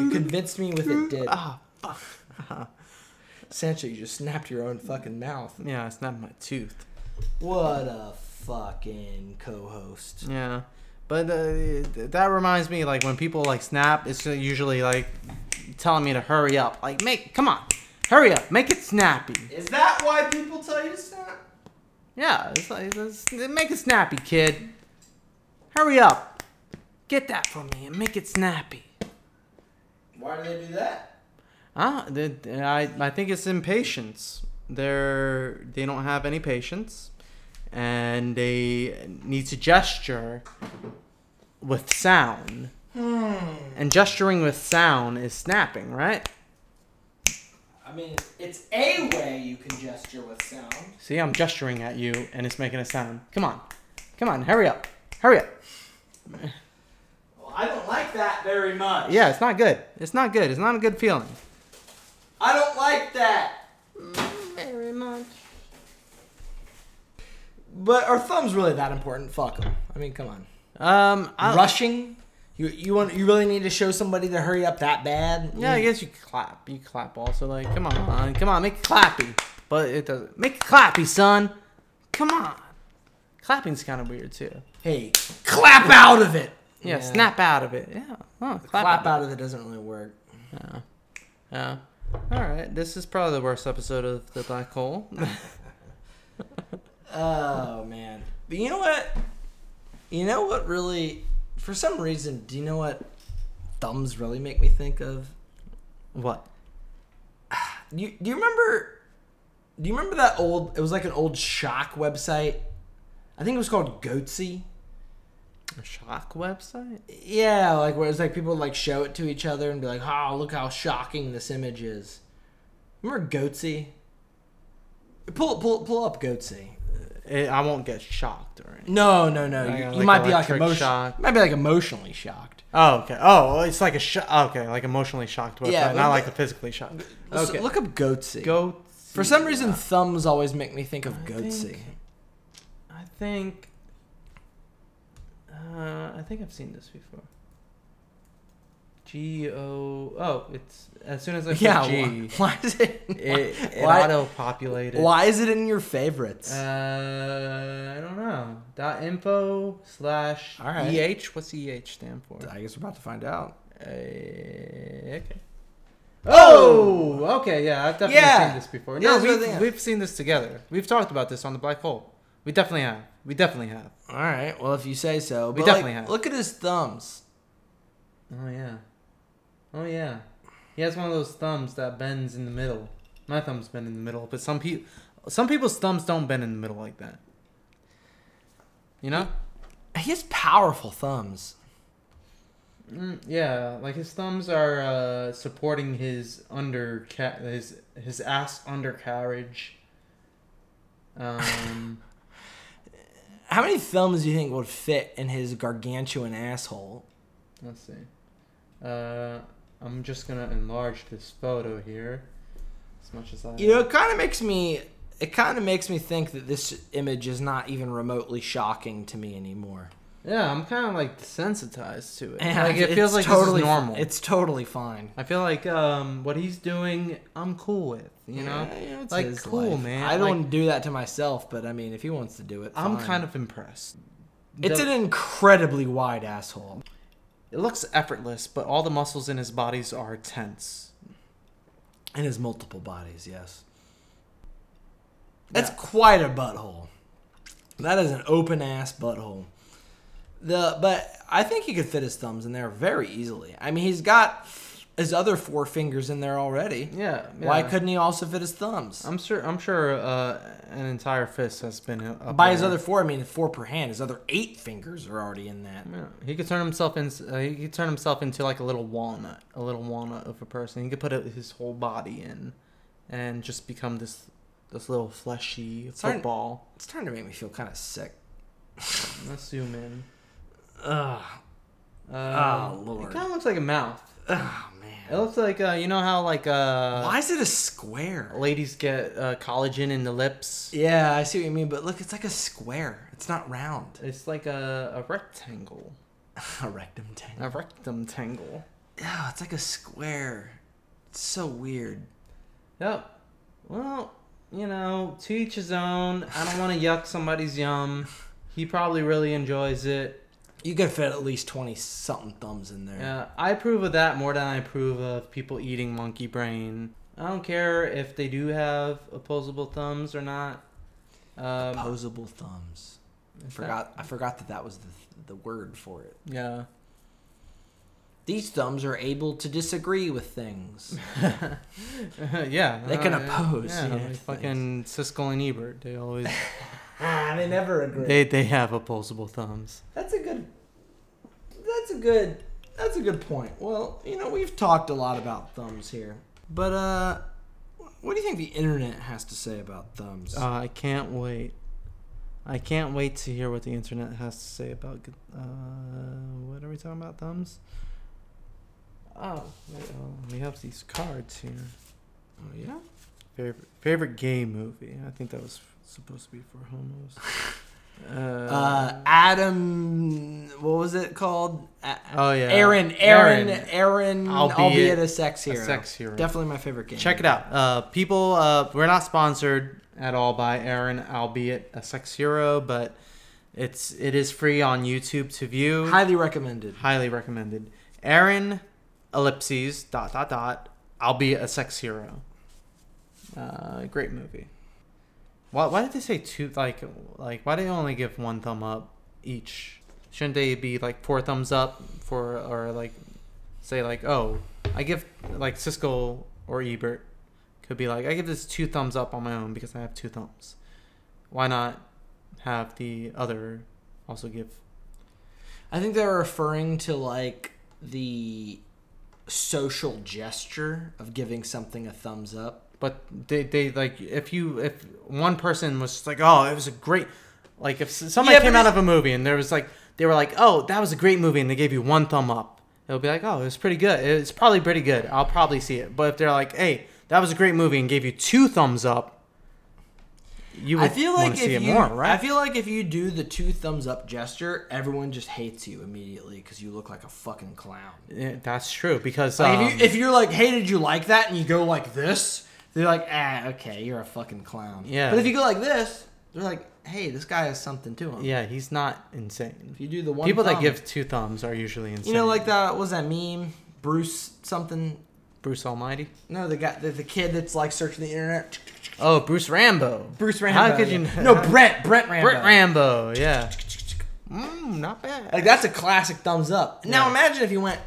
convinced me with it did. Ah, fuck. Sancho, you just snapped your own fucking mouth. Yeah, it's not my tooth. What a fucking co-host. Yeah, but uh, th- that reminds me, like when people like snap, it's usually like telling me to hurry up. Like, make come on, hurry up, make it snappy. Is that why people tell you to snap? Yeah, it's like it's, make it snappy, kid. Hurry up, get that for me and make it snappy. Why do they do that? Ah, the- I I think it's impatience. They're they don't have any patience, and they need to gesture with sound. Hmm. And gesturing with sound is snapping, right? I mean, it's a way you can gesture with sound. See, I'm gesturing at you, and it's making a sound. Come on, come on, hurry up, hurry up. Well, I don't like that very much. Yeah, it's not good. It's not good. It's not a good feeling. I don't like that. Very much. But are thumbs really that important? Fuck 'em. I mean, come on. Um, Oh. I, Rushing? You you want you really need to show somebody to hurry up that bad? Yeah, I guess you clap. You clap also. Like, come on, come on, make it clappy. But it doesn't. Make it clappy, son. Come on. Clapping's kind of weird too. Hey, clap out of it. Yeah, snap out of it. Yeah. Oh, clap, Clap out. out of it doesn't really work. Yeah. All right. This is probably the worst episode of the black hole. Oh man. But you know what? You know what really for some reason, do you know what thumbs really make me think of? what? You do you remember do you remember that old it was like an old shock website? I think it was called Goatsy. A shock website? Yeah, like where it's like people would like show it to each other and be like, "Oh, look how shocking this image is." Remember Goatsy? Pull pull pull up Goatsy. It, I won't get shocked or anything. No, no, no. Like you a- you like might be like electric emotional. shock. Might be like emotionally shocked. Oh, okay. Oh, it's like a shock. Okay, like emotionally shocked website. Yeah, not but- like the physically shocked. Let's Okay. Look up Goatsy. Go. For some reason, thumbs always make me think of Goatsy. think- I think. Uh, I think I've seen this before. G O. Oh, it's as soon as I put Yeah. Why, G, why is it? it, it why- auto populated. Why is it in your favorites? Uh, I don't know. Dot info slash All right. eh. What's eh stand for? I guess we're about to find out. Uh, okay. Oh, okay, yeah, I've definitely Yeah. seen this before. Yeah, No, that's what I think we've, of. we've seen this together. We've talked about this on the black hole. We definitely have. We definitely have. All right. Well, if you say so. But We like, definitely have. Look at his thumbs. Oh yeah. Oh yeah. He has one of those thumbs that bends in the middle. My thumb's bend in the middle, but some people some people's thumbs don't bend in the middle like that. You know? He has powerful thumbs. Mm, yeah, like his thumbs are uh, supporting his under his his ass undercarriage. Um How many thumbs do you think would fit in his gargantuan asshole? Let's see. Uh, I'm just gonna enlarge this photo here as much as I. You know, it kind of makes me. It kind of makes me think that this image is not even remotely shocking to me anymore. Yeah, I'm kind of like desensitized to it. And like it it's feels like totally totally normal. It's totally fine. I feel like um, what he's doing, I'm cool with. You know, Yeah, yeah, it's like his cool, life. man. I don't Like, do that to myself, but I mean, if he wants to do it, I'm fine. kind of impressed. It's The- an incredibly wide asshole. it looks effortless, but all the muscles in his bodies are tense. And his multiple bodies, yes. That's Yeah. quite a butthole. That is an open ass butthole. The but I think he could fit his thumbs in there very easily. I mean, he's got his other four fingers in there already. Yeah. Why yeah. couldn't he also fit his thumbs? I'm sure? I'm sure uh, an entire fist has been up By his there. other four, I mean four per hand. His other eight fingers are already in that. Yeah, he could turn himself in. Uh, he could turn himself into like a little walnut, a little walnut of a person. He could put a, his whole body in, and just become this this little fleshy Sorry. football. It's starting to make me feel kind of sick. Let's zoom in. Ugh. Uh, Lord. Um, It kind of looks like a mouth. Oh man. It looks like uh, you know how like uh, Why is it a square? ladies get uh, collagen in the lips. Yeah, I see what you mean, but look, it's like a square. It's not round. It's like a, a rectangle, a rectum tangle. a rectum tangle. Yeah, it's like a square. It's so weird. Yep. Well, you know, to each his own. I don't want to yuck somebody's yum. He probably really enjoys it. You could fit at least twenty something thumbs in there. Yeah, Uh, I approve of that more than I approve of people eating monkey brain. I don't care if they do have opposable thumbs or not. Um, Opposable thumbs. I is that- forgot. I forgot that that was the the word for it. Yeah. These thumbs are able to disagree with things. yeah. They can uh, oppose, Yeah, yeah, like things. fucking Siskel and Ebert. They always ah, they never agree. they they have opposable thumbs. That's a good. That's a good. That's a good point. Well, you know, we've talked a lot about thumbs here, but uh, what do you think the internet has to say about thumbs? Uh, I can't wait. I can't wait to hear what the internet has to say about. Uh, what are we talking about? Thumbs. Oh, wait, oh, we have these cards here. oh yeah. Favorite favorite gay movie. I think that was supposed to be for homos. Uh, Uh, Adam, what was it called? A- Oh, yeah. Aaron, Aaron, Aaron. Aaron. Albeit albeit, a sex hero. sex hero. Definitely my favorite game. Check it out. Uh, people, uh, we're not sponsored at all by Aaron, albeit a sex hero, but it's it is free on YouTube to view. Highly recommended. Highly recommended. Aaron, ellipses dot dot dot. Albeit a sex hero. Uh, great movie. Why, why did they say two? Like like why do they only give one thumb up each? Shouldn't they be like four thumbs up for or like say like oh I give like Siskel or Ebert could be like I give this two thumbs up on my own because I have two thumbs. Why not have the other also give I think they're referring to like the social gesture of giving something a thumbs up. But they, they like if you if one person was just like, oh, it was a great, like if s- somebody Yeah, came but out it- of a movie and there was like they were like, oh, that was a great movie, and they gave you one thumb up, it'll be like, oh, it was pretty good. It's probably pretty good. I'll probably see it. But if they're like, hey, that was a great movie, and gave you two thumbs up, you would I feel like want if to see you, it more, right? I feel like if you do the two thumbs up gesture, everyone just hates you immediately because you look like a fucking clown. Yeah, that's true because Like, um, if, you, if you're like, hey, did you like that? And you go like this, they're like, ah, okay, you're a fucking clown. Yeah. But if you go like this, they're like, hey, this guy has something to him. yeah, he's not insane. If you do the one People that thumb- give two thumbs are usually insane. you know, like that was that meme, Bruce something. Bruce Almighty. No, the guy, the, the kid that's like searching the internet. Oh, Bruce Rambo. Bruce Rambo. How could you? yeah. No, Brent. Brent Rambo. Brent Rambo, yeah. Mm, not bad. Like that's a classic thumbs up. Now Yeah. imagine if you went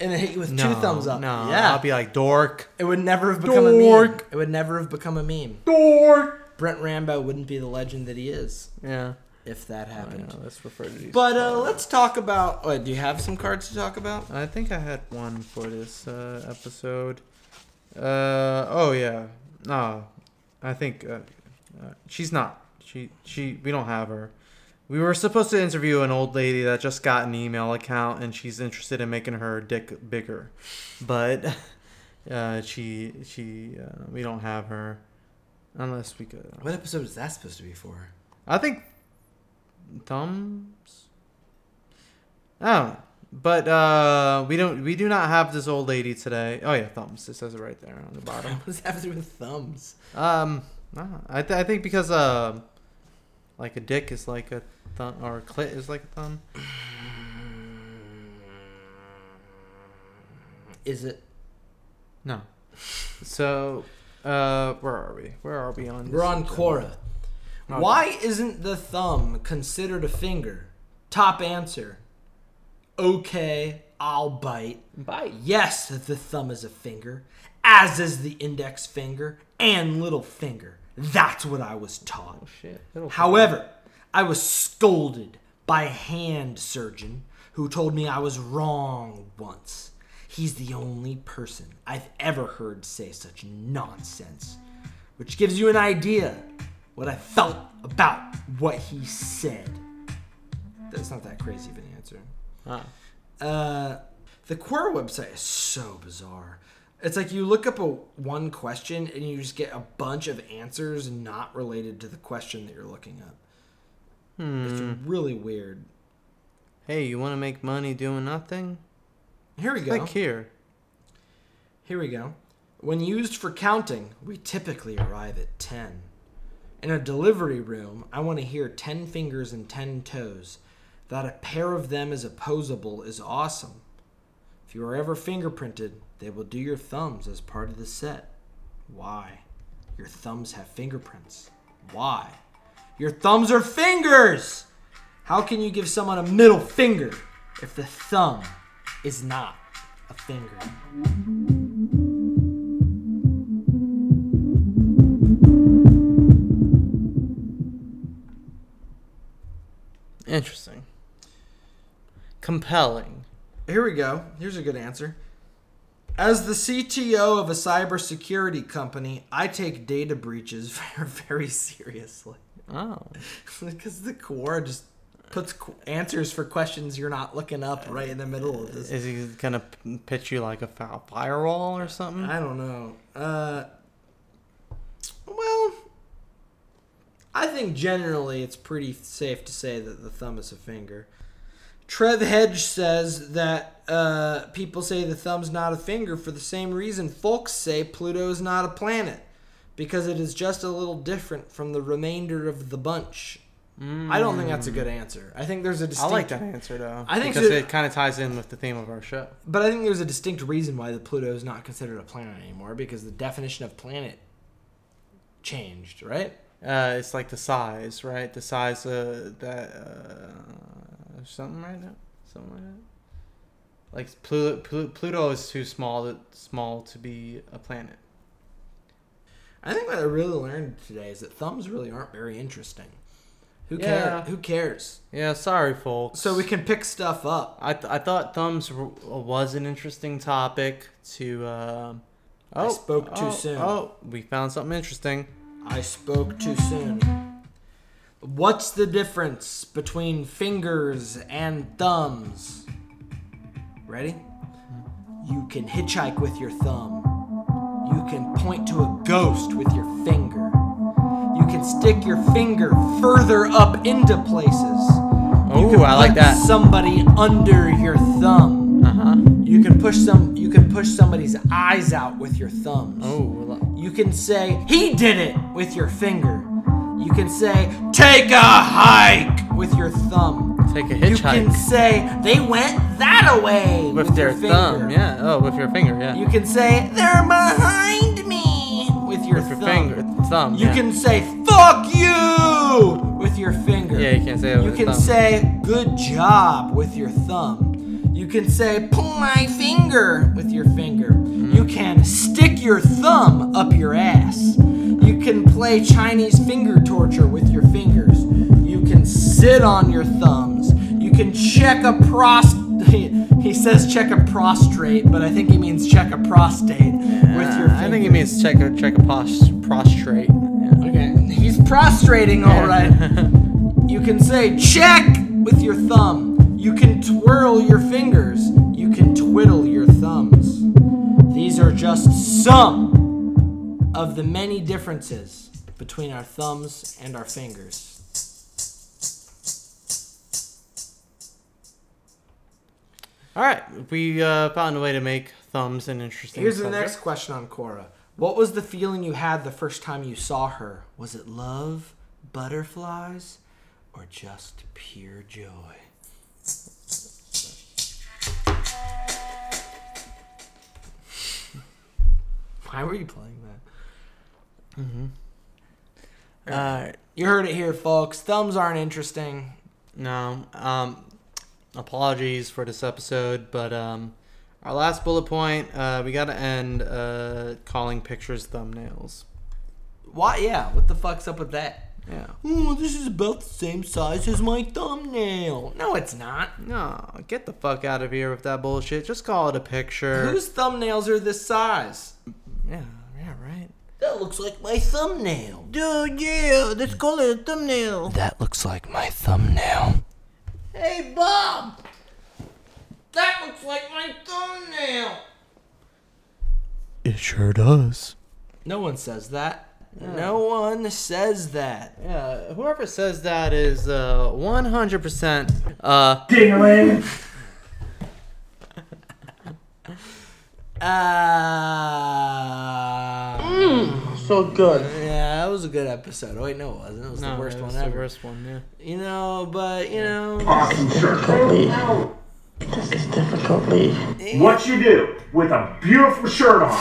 and it hit you with no, two thumbs up. No, yeah. I'll be like dork. it would never have become a meme. Dork. It would never have become a meme. Dork. Brent Rambo wouldn't be the legend that he is Yeah. if that I happened. know, let's refer to these. But uh, let's talk about. What, do you have some cards to talk about? I think I had one for this uh, episode. Uh oh yeah. No, I think uh, uh, she's not. She she we don't have her. We were supposed to interview an old lady that just got an email account and she's interested in making her dick bigger, but uh, she she uh, we don't have her unless we could. What episode is that supposed to be for? I think thumbs. I don't know. But uh, we don't. We do not have this old lady today. Oh yeah, thumbs. It says it right there on the bottom. What does that have to do with thumbs? Um, I, don't know. I, th- I think because uh, like a dick is like a thumb or a clit is like a thumb. Is it? No. So, uh, where are we? Where are we on? This? We're on Quora. Okay. Why isn't the thumb considered a finger? Top answer. Okay, I'll bite. Bye. Yes, the thumb is a finger, as is the index finger and little finger. That's what I was taught. Shit. However, I was scolded by a hand surgeon who told me I was wrong once. He's the only person I've ever heard say such nonsense, which gives you an idea what I felt about what he said. That's not that crazy of an answer. Ah. Uh, The Quora website is so bizarre. It's like you look up a one question and you just get a bunch of answers not related to the question that you're looking up. It's really weird. Hey, you want to make money doing nothing? Here we go. Click here. Here we go. When used for counting, we typically arrive at 10. In a delivery room, I want to hear 10 fingers and 10 toes. That a pair of them is opposable is awesome. If you are ever fingerprinted, they will do your thumbs as part of the set. Why? Your thumbs have fingerprints. Why? Your thumbs are fingers! How can you give someone a middle finger if the thumb is not a finger? Interesting. Compelling. Here we go. Here's a good answer. As the CTO of a cybersecurity company, I take data breaches very seriously. Oh. because the core just puts qu- answers for questions you're not looking up right in the middle of this. Is he gonna p- pitch you like a fi- firewall or something? I don't know. Uh, well, I think generally it's pretty safe to say that the thumb is a finger. Trev Hedge says that uh, people say the thumb's not a finger for the same reason folks say Pluto is not a planet, because it is just a little different from the remainder of the bunch. I don't think that's a good answer. I think there's a Hmm. I distinct like that answer though. I think because so- it kind of ties in with the theme of our show. But I think there's a distinct reason why the Pluto is not considered a planet anymore because the definition of planet changed, right? Uh, it's like the size, right? The size uh, that uh, something right now, something like that. Like Pluto, Pluto, Pluto is too small, to, small to be a planet. I think what I really learned today is that thumbs really aren't very interesting. Who Yeah. cares? Who cares? Yeah, sorry, folks. So we can pick stuff up. I, th- I thought thumbs w- was an interesting topic to. Um, I oh, spoke too oh, soon. Oh, we found something interesting. I spoke too soon. What's the difference between fingers and thumbs? Ready? You can hitchhike with your thumb. You can point to a ghost with your finger. You can stick your finger further up into places. You Oh, can I like put that. Somebody under your thumb. Uh huh. You can push some. You can push somebody's eyes out with your thumbs. Oh, You can say, he did it with your finger. You can say, take a hike with your thumb. Take a You can hitchhike say, they went that away with, with, their your thumb. finger. Yeah. Oh, with your finger. Yeah. You can say, they're behind me with your with your thumb. finger, thumb. You yeah. can say, fuck you with your finger. Yeah, you can't say it You with can thumb. say, good job with your thumb. You can say, pull my finger with your finger. Mm-hmm. You can stick your thumb up your ass. You can play Chinese finger torture with your fingers. You can sit on your thumbs. You can check a prost. He, he says check a prostrate, but I think he means check a prostate with your. Uh, I think finger. it means check a check a pos- prostrate. Yeah. Okay, he's prostrating, all right. You can say check with your thumb. You can twirl your fingers. You can twiddle your thumbs. These are just some of the many differences between our thumbs and our fingers. All right, we uh, found a way to make thumbs an interesting. Here's the subject. next question on Cora. What was the feeling you had the first time you saw her? Was it love, butterflies, or just pure joy? Why were you playing that? All right. You heard it here, folks. Thumbs aren't interesting. No. Um, apologies for this episode, but um, our last bullet point, uh, we gotta end uh, calling pictures thumbnails. Why? Yeah, what the fuck's up with that? Yeah. Ooh, this is about the same size as my thumbnail. No, it's not. No, get the fuck out of here with that bullshit. Just call it a picture. Whose thumbnails are this size? yeah. Yeah. Right. That looks like my thumbnail. Dude, yeah, let's call it a thumbnail. That looks like my thumbnail. Hey, Bob! That looks like my thumbnail. It sure does. No one says that. No one says that. Yeah, whoever says that is uh, 100% uh, Uh, So good. Yeah, that was a good episode. Oh, wait, no, it wasn't. It was the worst one ever. worst one, yeah. You know, but you know, This is difficult, Lee. What you do with a beautiful shirt on,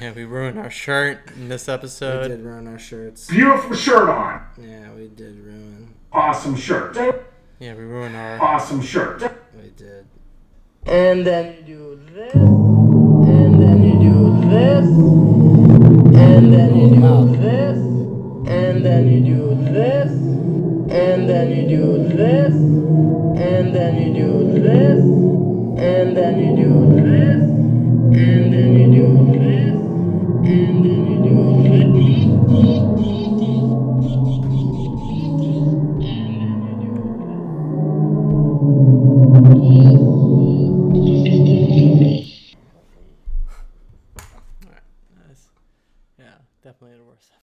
Yeah, we ruined our shirt in this we episode. did ruin our shirts. beautiful shirt on, Yeah, we did ruin. awesome shirt, Yeah, we ruined our. awesome shirt. We did. And then you do this. And then you do this. And then you do this. And then you do this. And then you do this. And then you do this. And then you do this. And then you do this. And then you do this. And then you do this. Yeah, definitely the worst episode.